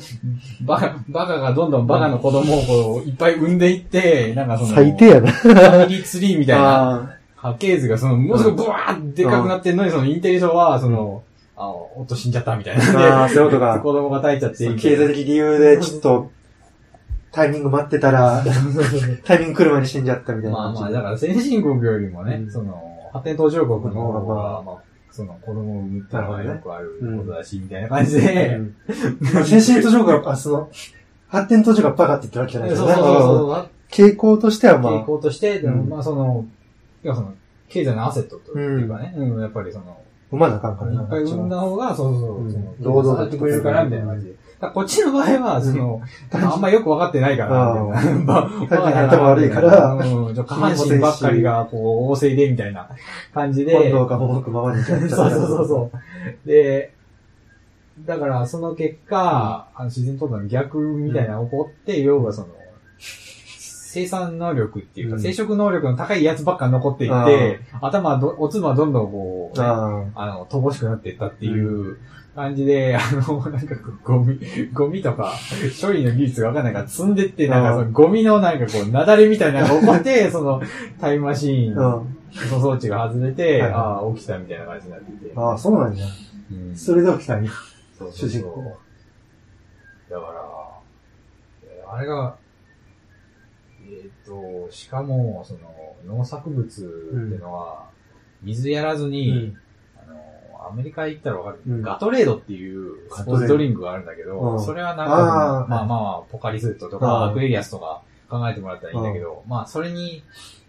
Speaker 1: バカ、バカがどんどんバカの子供をこう、いっぱい産んでいって、なんかその、
Speaker 2: 最低やな。
Speaker 1: ファミリーツリーみたいな、
Speaker 2: ああ
Speaker 1: 家系図がその、もうすぐブワーってでかくなってんのに、そのインテリ層は、その、あの、夫死んじゃったみたいなんで、
Speaker 2: ああ、そういうこと
Speaker 1: 子
Speaker 2: か。
Speaker 1: 供が耐えちゃって
Speaker 2: 経、済的理
Speaker 1: *laughs*
Speaker 2: 由でちょっと、タイミング待ってたら、タイミング来る前に死んじゃったみたいな
Speaker 1: まあ
Speaker 2: 感じ。
Speaker 1: まあ、だから先進国よりもね、
Speaker 2: うん
Speaker 1: その、発展途上国の方
Speaker 2: ま
Speaker 1: が、
Speaker 2: あ
Speaker 1: まあ、その子供を産むっていうのはよくある
Speaker 2: なるほどね
Speaker 1: ことだし、みたいな感じで、
Speaker 2: うん、先進途上が、あ、その、発展途上がバカって言ってるわけじゃ
Speaker 1: そ
Speaker 2: ないうです
Speaker 1: そ
Speaker 2: よ
Speaker 1: う
Speaker 2: ね。
Speaker 1: そう、
Speaker 2: 傾向としてはま
Speaker 1: 傾
Speaker 2: あ、
Speaker 1: 向として、でも
Speaker 2: うん
Speaker 1: まあその、要はその、経済のアセットというかね、うんやっぱりその、
Speaker 2: 馬なあかんから
Speaker 1: い
Speaker 2: な。
Speaker 1: っぱい産んだ方が、そうそうう、
Speaker 2: ん
Speaker 1: その
Speaker 2: 堂々と
Speaker 1: 育ってくれるから、みたいな感じで。だからこっちの場合は、その、
Speaker 2: うん
Speaker 1: あんまよくわかってないから、みたいなバ
Speaker 2: 単純に頭悪いから
Speaker 1: うん、下半身ばっかりが、こう、旺盛で、みたいな感じで。
Speaker 2: 本能が赴くままに
Speaker 1: *laughs* そうそうそうそう。で、だからその結果、あの自然淘汰の逆みたいなのが起こって、要はその、生産能力っていうか、
Speaker 2: うん
Speaker 1: 生殖能力の高いやつばっか残っていって、頭はど、おつまどんどんこう、ねあ
Speaker 2: あ
Speaker 1: の、乏しくなっていったっていう感じで、あの、なんかこうゴミ、ゴミとか、処理の技術がわかんないから積んでって、なんかそのゴミのなんかこう、なだれみたいなのが起こ
Speaker 2: *laughs*
Speaker 1: って、その、タイムマシーン
Speaker 2: あ、うん。
Speaker 1: その装置が外れて、
Speaker 2: はいはい
Speaker 1: ああ、起きたみたいな感じになってて。
Speaker 2: ああ、そうなんじゃ。
Speaker 1: うん
Speaker 2: それで起きたんや。
Speaker 1: そうそうそう
Speaker 2: 主人公。
Speaker 1: だから、えーあれが、えっ、と、しかも、その、農作物っていうのは、水やらず
Speaker 2: う
Speaker 1: に、。あの、アメリカ行ったらわかる、
Speaker 2: うん
Speaker 1: ガトレードっていうスポーツドリンクがあるんだけど、
Speaker 2: うん
Speaker 1: それはなんか、
Speaker 2: あー
Speaker 1: まあまあ、ポカリスエットと
Speaker 2: あ
Speaker 1: か、
Speaker 2: ー
Speaker 1: アクエリアスとか考えてもらったらいいんだけど、まあ、それに、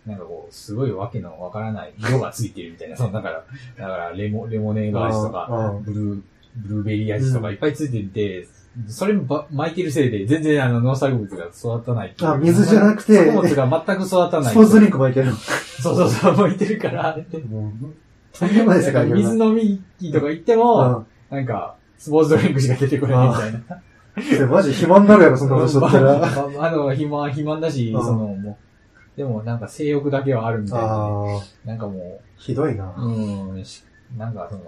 Speaker 1: なんかこう、すごいわけのわからない色がついてるみ *laughs* たいな、その、だから、だからレモ、レモネード味とか、
Speaker 2: うん
Speaker 1: ブルー、ブルーベリー味とかいっぱいついてて、それば巻いてるせいで、全然あの、農作物が育たないっていう
Speaker 2: あ水じゃなくて
Speaker 1: 作物が全く育たない。
Speaker 2: スポーツドリンクもいけるの。
Speaker 1: そうそうそう、巻いてるから、
Speaker 2: もう、とんでもない世界だよな
Speaker 1: 水飲み機とか行っても、なんか、スポーツドリンクしか出てこないみたいな。
Speaker 2: うん。でマジ暇になるやろ、そんなことしとっ
Speaker 1: *laughs*
Speaker 2: たら。あ
Speaker 1: あの、暇、暇だし、
Speaker 2: うん
Speaker 1: その、もう、でもなんか性欲だけはあるみたいな。
Speaker 2: あ、
Speaker 1: なんかも、
Speaker 2: ひどいうな。
Speaker 1: うん、しなんかその、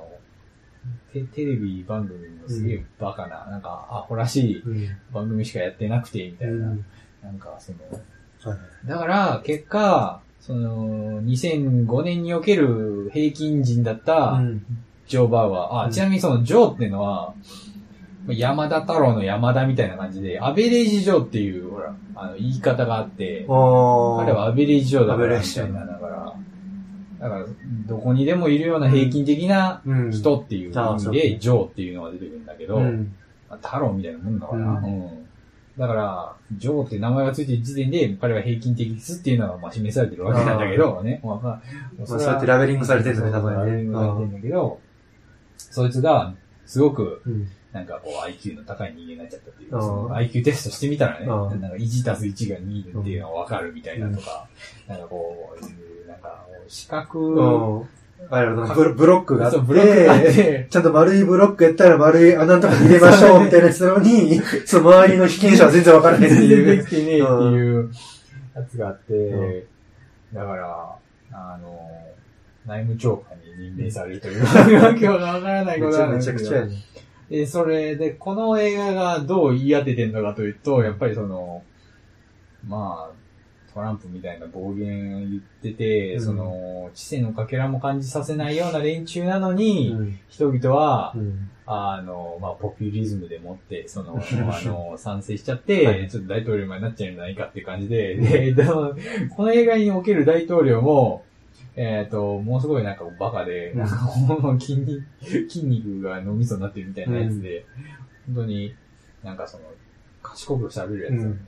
Speaker 1: テテレビ番組のすげえバカな、なんか、アホらしい
Speaker 2: うん。
Speaker 1: 番組しかやってなくて、みたいな。
Speaker 2: うん
Speaker 1: なんか、その、
Speaker 2: はい
Speaker 1: だから、結果、その、2005年における平均人だった
Speaker 2: うん
Speaker 1: ジョー・バウアー。
Speaker 2: う
Speaker 1: あ、
Speaker 2: ん
Speaker 1: ちなみにそのジョーっていうのは、まあ山田太郎の山田みたいな感じで、アベレージ・ジョーっていう、ほら、あの、言い方があって
Speaker 2: あ、あ。
Speaker 1: 彼はアベレージ・ジョーだか
Speaker 2: アベレ
Speaker 1: ら、
Speaker 2: ー
Speaker 1: み
Speaker 2: ジ
Speaker 1: たいな、だから、だから、どこにでもいるような平均的な
Speaker 2: うん、
Speaker 1: 人っていう意
Speaker 2: あー
Speaker 1: 味
Speaker 2: そう
Speaker 1: で、
Speaker 2: ね
Speaker 1: ジョーっていうのが出てくるんだけど、
Speaker 2: うん。
Speaker 1: まあ太郎みたいなもんだからな。
Speaker 2: う
Speaker 1: うんだから、ジョーって名前がついてる時点で、彼は平均的ですっていうのはまあ示されてるわけなんだけど、ね。まあまあ、
Speaker 2: まあ
Speaker 1: そ
Speaker 2: そ
Speaker 1: れ
Speaker 2: う
Speaker 1: は
Speaker 2: やってラベリングされてるんですね、多
Speaker 1: そうそうラベリング
Speaker 2: 分ね。
Speaker 1: されてるんだけど、そいつが、すごく、
Speaker 2: うん
Speaker 1: なんかこう IQ の高い人間になっちゃったっていう
Speaker 2: う
Speaker 1: か、
Speaker 2: ん
Speaker 1: その IQ テストしてみたらね、
Speaker 2: うん
Speaker 1: なんか1たす1が2でっていうのがわかるみたいなとか、なんかこういう、なんか、視
Speaker 2: う
Speaker 1: 覚、
Speaker 2: ん。あれブロブロックがあ
Speaker 1: そう
Speaker 2: っ、
Speaker 1: ブロックがあってて、
Speaker 2: ちゃんと丸いブロックやったら丸い穴のとこに入れましょうみたいなやつなのに、その周りの被験者は全然わからないって
Speaker 1: 全然
Speaker 2: い
Speaker 1: で
Speaker 2: う。
Speaker 1: きてねえっていうやつがあって、
Speaker 2: う
Speaker 1: だから、あの、内務長官に任命されるというわけがわからない
Speaker 2: め
Speaker 1: こ
Speaker 2: ち
Speaker 1: と
Speaker 2: ゃ
Speaker 1: なん
Speaker 2: め
Speaker 1: で
Speaker 2: ちゃ
Speaker 1: す
Speaker 2: く
Speaker 1: け
Speaker 2: ちゃ
Speaker 1: ど
Speaker 2: や。ね。
Speaker 1: で、それで、この映画がどう言い当ててんのかというと、やっぱりその、まあ、トランプみたいな暴言を言ってて、
Speaker 2: うん
Speaker 1: その、知性のかけらも感じさせないような連中なの
Speaker 2: う
Speaker 1: に、
Speaker 2: ん。
Speaker 1: 人々は、
Speaker 2: うん。、
Speaker 1: あの、まあ、ポピュリズムでもって、その
Speaker 2: *laughs*
Speaker 1: あの、賛成しちゃっ
Speaker 2: は
Speaker 1: て
Speaker 2: い、
Speaker 1: ちょっと大統領になっちゃうんじゃないかっていう感じで、で、でもこの映画における大統領も、えっ、と、もうすごいなんかバカで、
Speaker 2: うん
Speaker 1: なんかこの筋肉、筋肉が脳みそになってるみたいなやつで、本当になんかその、賢く喋るやつ、
Speaker 2: うん
Speaker 1: なんか、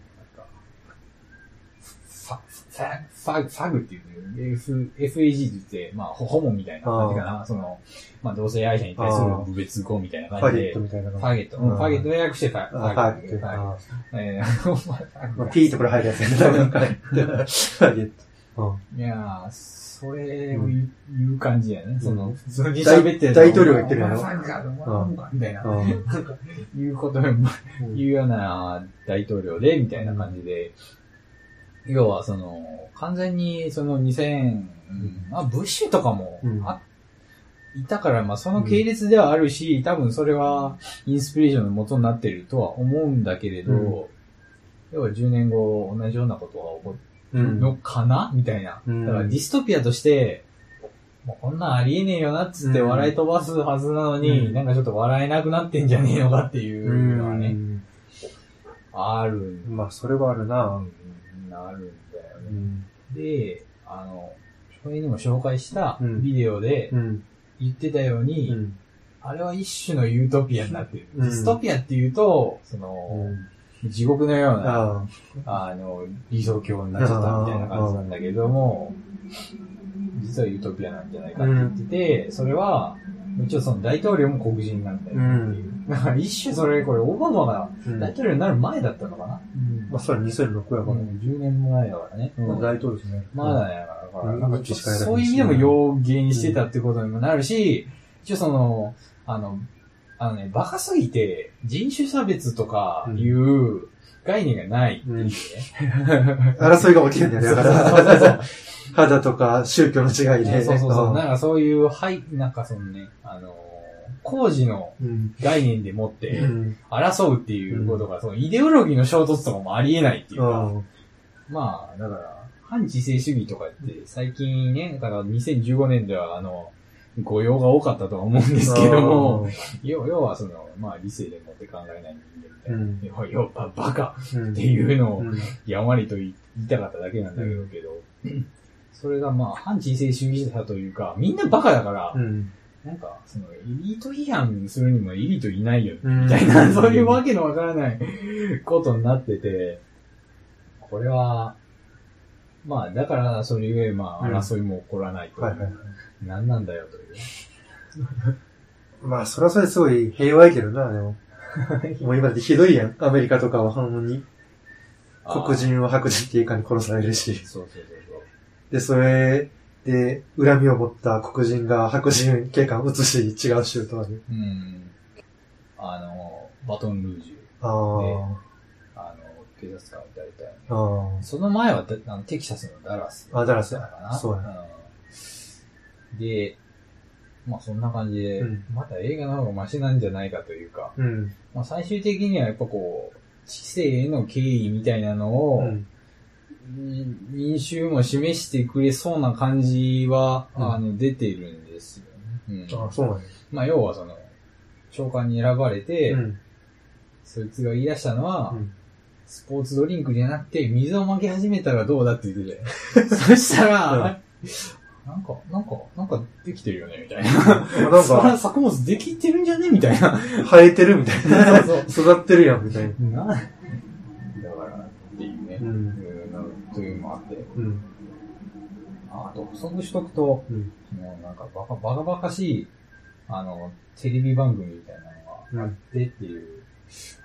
Speaker 1: ファ、ファ、ファ、ファグっていうね、F、FAG って言って、まあ、ホホモみたいな感じかな、その、まあ、同性愛者に対する侮蔑語みたいな
Speaker 2: フ
Speaker 1: 感
Speaker 2: ァ
Speaker 1: じ
Speaker 2: ゲ
Speaker 1: で
Speaker 2: ット、みたいな
Speaker 1: フ
Speaker 2: の。
Speaker 1: ァゲット。
Speaker 2: うん
Speaker 1: ファゲットの訳してファフ
Speaker 2: あ、フ
Speaker 1: ァ
Speaker 2: ァ
Speaker 1: ゲ
Speaker 2: ゲ
Speaker 1: ット。
Speaker 2: ット。
Speaker 1: はい
Speaker 2: あ
Speaker 1: えーお前ファ
Speaker 2: まあ
Speaker 1: ゲッ
Speaker 2: ピーとこれ入るやつやね。多分ファゲット。
Speaker 1: トいやー、それを言う言う感じやね。その、
Speaker 2: うん
Speaker 1: 普通に喋ってると
Speaker 2: 大大統領が言ってるやろ
Speaker 1: お前ファゲットお前ホモかみたいな。
Speaker 2: うん。うん
Speaker 1: なんか、 *laughs* 言うことよりも言うような大統領で、みたいな感じで、要はその、完全にその2000、うんまあ、ブッシュとかも
Speaker 2: うん
Speaker 1: あ、いたから、まあ、その系列ではあるし、多分それはインスピレーションの元になってるとは思うんだけれど、
Speaker 2: うん
Speaker 1: 要は10年後同じようなことが起こ
Speaker 2: う
Speaker 1: る
Speaker 2: ん。
Speaker 1: のかな、みたいな。
Speaker 2: うん
Speaker 1: だからディストピアとして、もうこんなんありえねえよなっつって
Speaker 2: うん
Speaker 1: 笑い飛ばすはずなのに、
Speaker 2: うん
Speaker 1: なんかちょっと笑えなくなってんじゃねえのかっていうのはね、
Speaker 2: ん。
Speaker 1: あるん
Speaker 2: まあ、それはあるな。
Speaker 1: なるんだよ
Speaker 2: う
Speaker 1: ね。
Speaker 2: ん。
Speaker 1: で、あの、それにも紹介した
Speaker 2: うん
Speaker 1: ビデオで
Speaker 2: うん。
Speaker 1: 言ってたように、
Speaker 2: うん。
Speaker 1: あれは一種のユートピアになってる。
Speaker 2: うん
Speaker 1: ディストピアっていうと、その、地獄のような、
Speaker 2: ああ。
Speaker 1: あの、理想郷になっちゃったみたいな感じなんだけども、実はユートピアなんじゃないかって言ってて、それは、一応その大統領も黒人なんだよっていう。だから一種それ、これオバマが
Speaker 2: うん
Speaker 1: 大統領になる前だったのかな、
Speaker 2: まあ、それは2006や
Speaker 1: う
Speaker 2: から。
Speaker 1: ん、10年も前だからね。
Speaker 2: まあ大統領ですね。
Speaker 1: まだね、だから、なんかちょっと
Speaker 2: うん
Speaker 1: そういう意味でも要言してたってことにもなるし、一応その、あの、あのね、バカすぎて人種差別とかいう概念がないっていうね。
Speaker 2: 争いが起きるんだよね。だ
Speaker 1: そうそうそう
Speaker 2: から、肌とか宗教の違い
Speaker 1: ね
Speaker 2: で。
Speaker 1: そうそう
Speaker 2: *laughs*
Speaker 1: そう。
Speaker 2: ん
Speaker 1: なんかそういう、はい、なんかそのね、あのー、工事の
Speaker 2: うん。
Speaker 1: 概念でもって
Speaker 2: うん。
Speaker 1: 争うっていうことが、そのイデオロギーの衝突とかもありえないっていうか、
Speaker 2: うん
Speaker 1: まあ、だから、反知性主義とかって最近ね、だから2015年ではあの、誤用が多かったとは思うんですけども、、要要はその、まあ理性でもって考えない人間みたいな。
Speaker 2: うん
Speaker 1: 要は要はバカ
Speaker 2: うん
Speaker 1: っていうのを
Speaker 2: うん
Speaker 1: やんわりと言い言いたかっただけなんだけどけど、それがまあ、反知性主義者というか、みんなバカだから、
Speaker 2: うん。
Speaker 1: なんか、その、エリート違反するにもエリートいないよ、
Speaker 2: うん
Speaker 1: みたいな、そういうわけのわからないことになってて、これは、まあ、だから、それゆえ、まあ、
Speaker 2: うん
Speaker 1: 争いも起こらないとい。
Speaker 2: はいはいうはい。
Speaker 1: 何なんだよ、という。
Speaker 2: まあ、それはそれですごい平和やけどな、でも。もう今だってひどいやん。アメリカとかはほんまに黒
Speaker 1: あ
Speaker 2: 人は白人っていうかに殺されるし
Speaker 1: ー。。そうそうそう
Speaker 2: で、それで、恨みを持った黒人が白人警官を撃つし、違う州とはね。
Speaker 1: そう。うん。あの、バトンルージュ、
Speaker 2: あ
Speaker 1: あの、警察官を撃たれたよね
Speaker 2: あ、ああ、
Speaker 1: その前はだあのテキサスのダラス。
Speaker 2: あダラス
Speaker 1: だかな。
Speaker 2: そうや
Speaker 1: うんで、まあそんな感じで、
Speaker 2: うん
Speaker 1: まだ映画の方がマシなんじゃないかというか、
Speaker 2: うん。
Speaker 1: まあ最終的にはやっぱこう、知性への敬意みたいなのを、
Speaker 2: うん
Speaker 1: うん民衆も示してくれそうな感じは、
Speaker 2: うん
Speaker 1: あの、出てるんですよね。うん
Speaker 2: ああ、そうなんや。
Speaker 1: まあ要はその、長官に選ばれて、
Speaker 2: うん。
Speaker 1: そいつが言い出したのは、
Speaker 2: うん
Speaker 1: スポーツドリンクじゃなくて、水をまき始めたらどうだって言ってて。そしたら、
Speaker 2: うん
Speaker 1: あれなんか、なんか、なんかできてるよね、みたい
Speaker 2: あ
Speaker 1: な。
Speaker 2: なん
Speaker 1: そら
Speaker 2: か、
Speaker 1: 作物できてるんじゃねみたいな。
Speaker 2: 生えてるみたいな。
Speaker 1: そう
Speaker 2: 育ってるやん、みたいな。
Speaker 1: なだから、っていうね
Speaker 2: う。。
Speaker 1: うんんなというのもあって、
Speaker 2: うん。
Speaker 1: ああと補足しとくと、
Speaker 2: うん
Speaker 1: もうなんかバカバカバカしい、あの、テレビ番組みたいなのが
Speaker 2: うん。
Speaker 1: でっていう、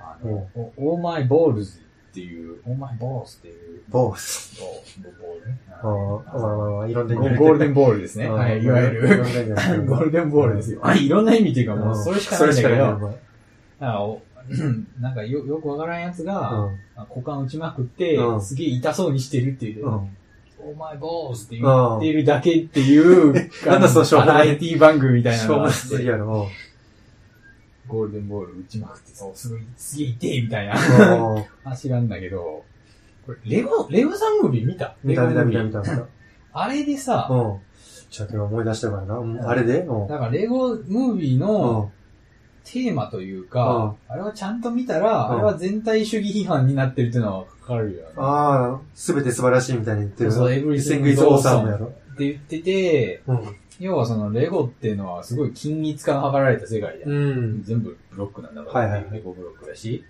Speaker 1: あの、オーマイボールズっていう、オーマイボールズっていう、
Speaker 2: ボース。
Speaker 1: ボーボールね。
Speaker 2: ああ、まあまあまあ、いろんな
Speaker 1: ゴ
Speaker 2: 意味で
Speaker 1: ゴールデンボールですね。
Speaker 2: ああ
Speaker 1: はい、いわゆる。
Speaker 2: いろんな意味で
Speaker 1: *laughs* ゴールデンボールですよ。あいろんな意味っていうかもう、それしかないんだけ
Speaker 2: それしかない
Speaker 1: ど、
Speaker 2: ま
Speaker 1: あお *clears throat* なんかよよくわからんやつ
Speaker 2: あ
Speaker 1: が、
Speaker 2: うん。
Speaker 1: 股間打ちまくって
Speaker 2: う、ん
Speaker 1: すげえ痛そうにしてるっていうう、
Speaker 2: ん。
Speaker 1: お前坊主って言ってるだけっていう、
Speaker 2: *laughs* なんだそのしょうも
Speaker 1: バラ
Speaker 2: ない
Speaker 1: エティ番組みたいな
Speaker 2: し
Speaker 1: の
Speaker 2: ょうも
Speaker 1: があ
Speaker 2: な
Speaker 1: っ
Speaker 2: すぎ
Speaker 1: て、
Speaker 2: やろ。
Speaker 1: ゴールデンボール打ちまくって、そう、すごい、すげえ痛いみたいな *laughs*
Speaker 2: うん
Speaker 1: 話なんだけど、これ、レゴ、レゴさんムービー見た
Speaker 2: 見た見た見
Speaker 1: レゴ
Speaker 2: た
Speaker 1: ムービ
Speaker 2: 見
Speaker 1: ー
Speaker 2: た見た。
Speaker 1: あれでさ、
Speaker 2: うん。ちょっと今思い出したからなうん。あれでうん。
Speaker 1: だからレゴムービーの
Speaker 2: う
Speaker 1: テーマというか、あれはちゃんと見たら、
Speaker 2: う
Speaker 1: あ
Speaker 2: ん
Speaker 1: れは全体主義批判になってるっていうのはわかるよね。
Speaker 2: ん。ああ、すべて素晴らしいみたいに言ってる。
Speaker 1: そう、エブリ
Speaker 2: シ
Speaker 1: シン
Speaker 2: ング
Speaker 1: グ
Speaker 2: イ
Speaker 1: イ
Speaker 2: ズ
Speaker 1: ズ
Speaker 2: オ
Speaker 1: オ
Speaker 2: ー
Speaker 1: ー
Speaker 2: サ
Speaker 1: サ
Speaker 2: ム
Speaker 1: ム
Speaker 2: や
Speaker 1: や
Speaker 2: ろ。
Speaker 1: って言ってて、
Speaker 2: うん。
Speaker 1: 要はそのレゴっていうのはすごい均一化が図られた世界じゃん
Speaker 2: うん。
Speaker 1: 全部ブロックなんだから、
Speaker 2: はいはいはい
Speaker 1: レゴブロックだし、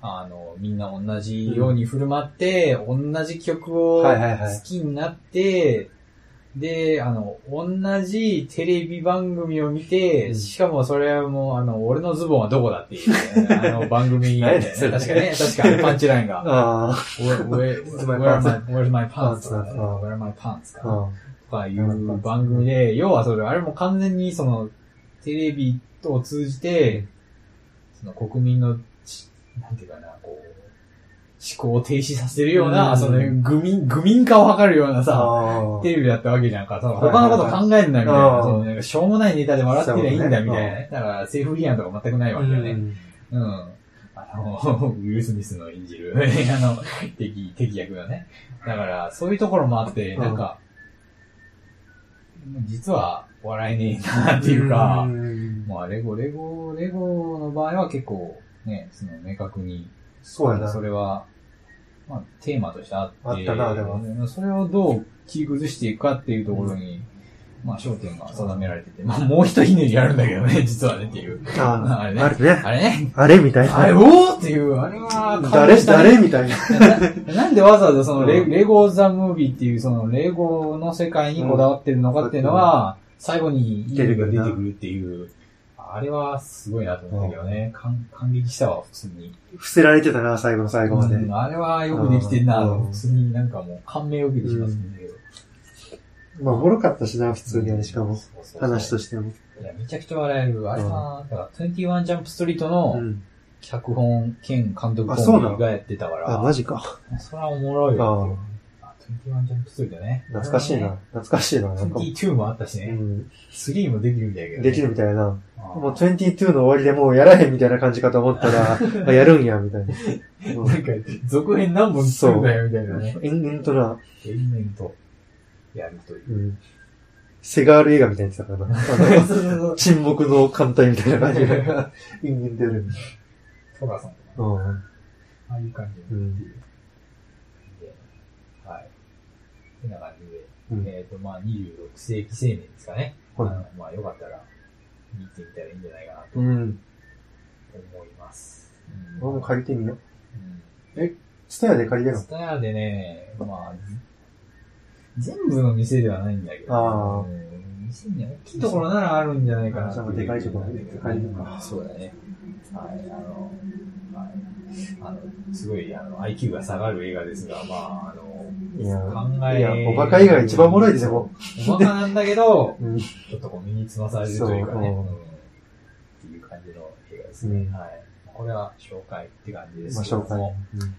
Speaker 1: あの、みんな同じように振る舞って、同じ曲を
Speaker 2: は
Speaker 1: 好
Speaker 2: いはいはい
Speaker 1: きになって、で、あの、同じテレビ番組を見て、
Speaker 2: うん
Speaker 1: しかもそれはもう、あの、俺のズボンはどこだっていう、ね、あの
Speaker 2: *laughs*
Speaker 1: 番組、
Speaker 2: 何や
Speaker 1: ね、
Speaker 2: ねんそれ
Speaker 1: 確かね、確かにパンチライン
Speaker 2: *laughs*
Speaker 1: が、
Speaker 2: あ
Speaker 1: Where, where,
Speaker 2: Where's my
Speaker 1: where are
Speaker 2: pants?
Speaker 1: my- where's my pants? とかね
Speaker 2: パンツうん
Speaker 1: Where are my pants? か
Speaker 2: あ、うん。
Speaker 1: とかいう番組で、要はそれ、あれも完全にその、テレビを通じて、その国民のち、なんていうかな、こう、思考を停止させるよう
Speaker 2: うん
Speaker 1: な、その、愚民、愚民化を図るようなさ、
Speaker 2: ああ。
Speaker 1: テレビだったわけじゃんか。その
Speaker 2: はい
Speaker 1: 他
Speaker 2: はいはい
Speaker 1: のこと考えんな、みたい
Speaker 2: あー
Speaker 1: な。そのなんかしょうもないネタで笑ってりゃいいんだ、みたい
Speaker 2: そう
Speaker 1: なね。だから、政府批判とか全くないわけよね。うん。あの、ウィル・スミスの演じる、 *laughs* あの、敵、敵役がね。だから、そういうところもあって、
Speaker 2: うん
Speaker 1: なんか、実は笑えねえなっていう
Speaker 2: う
Speaker 1: か、
Speaker 2: ん
Speaker 1: まあ、レゴ、レゴ、レゴの場合は結構、ね、その明確に、
Speaker 2: そうやな。
Speaker 1: それは、まあ、テーマとしてあって、
Speaker 2: あったなでも
Speaker 1: ねそれをどう切り崩していくかっていうところに、まあ、焦点が定められてて、まあ、もう一ひねりあるんだけどね、実はねっていう。
Speaker 2: あ
Speaker 1: あれ
Speaker 2: ー
Speaker 1: ね
Speaker 2: あれね。
Speaker 1: あれね、
Speaker 2: あれみたい
Speaker 1: あれ、
Speaker 2: な。
Speaker 1: おーっていう、あれは、
Speaker 2: 誰誰みたいな。
Speaker 1: ななんでわざわざそのレ,、
Speaker 2: うん
Speaker 1: レゴザムービーっていうそのレゴの世界にこだわってるのかっていうのは、最後にイルが出てくるっていう、あれはすごいなと思ったけどね、感感激したわ、普通に。
Speaker 2: 伏せられてたな、最後の最後まで。
Speaker 1: うんあれはよくできてんな、
Speaker 2: うん
Speaker 1: 普通になんかもう感銘を受けてしまうんだけど。
Speaker 2: まあ、おもろかったしな、普通にあれしかも。
Speaker 1: そうそうそう
Speaker 2: 話としても。
Speaker 1: いや、めちゃくちゃ笑える。あれは、だから21ジャンプストリートの
Speaker 2: ん。
Speaker 1: 脚本兼監督
Speaker 2: あそう
Speaker 1: コ
Speaker 2: なの
Speaker 1: ンビがやってたか
Speaker 2: あ、
Speaker 1: ら、
Speaker 2: マジか。
Speaker 1: それはおもろい
Speaker 2: あ
Speaker 1: よ。あ21ジャンプストリートね。
Speaker 2: 懐かしいな。。懐かしいな、なんか。
Speaker 1: 22もあったし
Speaker 2: う
Speaker 1: ね。
Speaker 2: ん。
Speaker 1: 3もできるみたいだけどね。
Speaker 2: できるみたいな。
Speaker 1: あー
Speaker 2: もう22の終わりでもうやらへんみたいな感じかと思っ
Speaker 1: *laughs*
Speaker 2: たら、あやるんや、みたいな。う
Speaker 1: なんんか、続編何本作るんだよ、みたいなね。
Speaker 2: 延々とな、
Speaker 1: 延々とやるというう。
Speaker 2: ん。セガール映画みたいなやつだからな。 *laughs* あ
Speaker 1: そうそうそう
Speaker 2: の沈黙の艦隊みたいな感じ
Speaker 1: *laughs*
Speaker 2: が、延々とやる。
Speaker 1: トラさんとか、
Speaker 2: うん。
Speaker 1: ああいう感じ
Speaker 2: う
Speaker 1: の
Speaker 2: ん。
Speaker 1: はい。てな感じで、
Speaker 2: うん
Speaker 1: えっ、と、まあ、26世紀青年ですかね。
Speaker 2: はい
Speaker 1: あのまあ、よかったら、見てみたらいいんじゃないかなと
Speaker 2: うん。
Speaker 1: 思います。うん
Speaker 2: 俺も借りてみよう。
Speaker 1: うん
Speaker 2: スタヤで借りれるの
Speaker 1: スタヤでね、まあ、全部の店ではないんだけど、
Speaker 2: ああ
Speaker 1: うん店には大きいところならあるんじゃないかなってう。
Speaker 2: じゃあでかいところで借りるのか
Speaker 1: そうだね。はい、あの、はい、あの、すごい、あの、IQ が下がる映画ですが、まあ、あの、
Speaker 2: いや、
Speaker 1: 考え
Speaker 2: いや、おバカ以外一番おもろいですよ、も
Speaker 1: おバカなんだけど、
Speaker 2: *laughs* う。うん。
Speaker 1: ちょっとこう身につまされるというかね、
Speaker 2: そう
Speaker 1: うんっていう感じの映画ですね。
Speaker 2: うん
Speaker 1: はい。これは紹介って感じで
Speaker 2: まあ、
Speaker 1: すけど
Speaker 2: 紹
Speaker 1: も、
Speaker 2: 介。うん